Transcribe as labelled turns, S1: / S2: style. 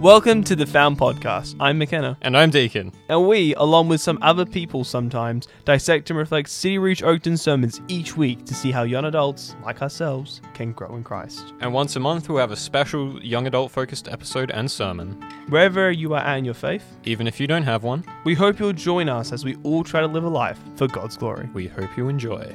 S1: Welcome to the Found Podcast. I'm McKenna,
S2: And I'm Deacon.
S1: and we, along with some other people sometimes, dissect and reflect City Reach Oakton sermons each week to see how young adults, like ourselves, can grow in Christ.
S2: And once a month, we'll have a special young adult focused episode and sermon,
S1: Wherever you are at in your faith,
S2: even if you don't have one.
S1: we hope you'll join us as we all try to live a life for God's glory.
S2: We hope you enjoy.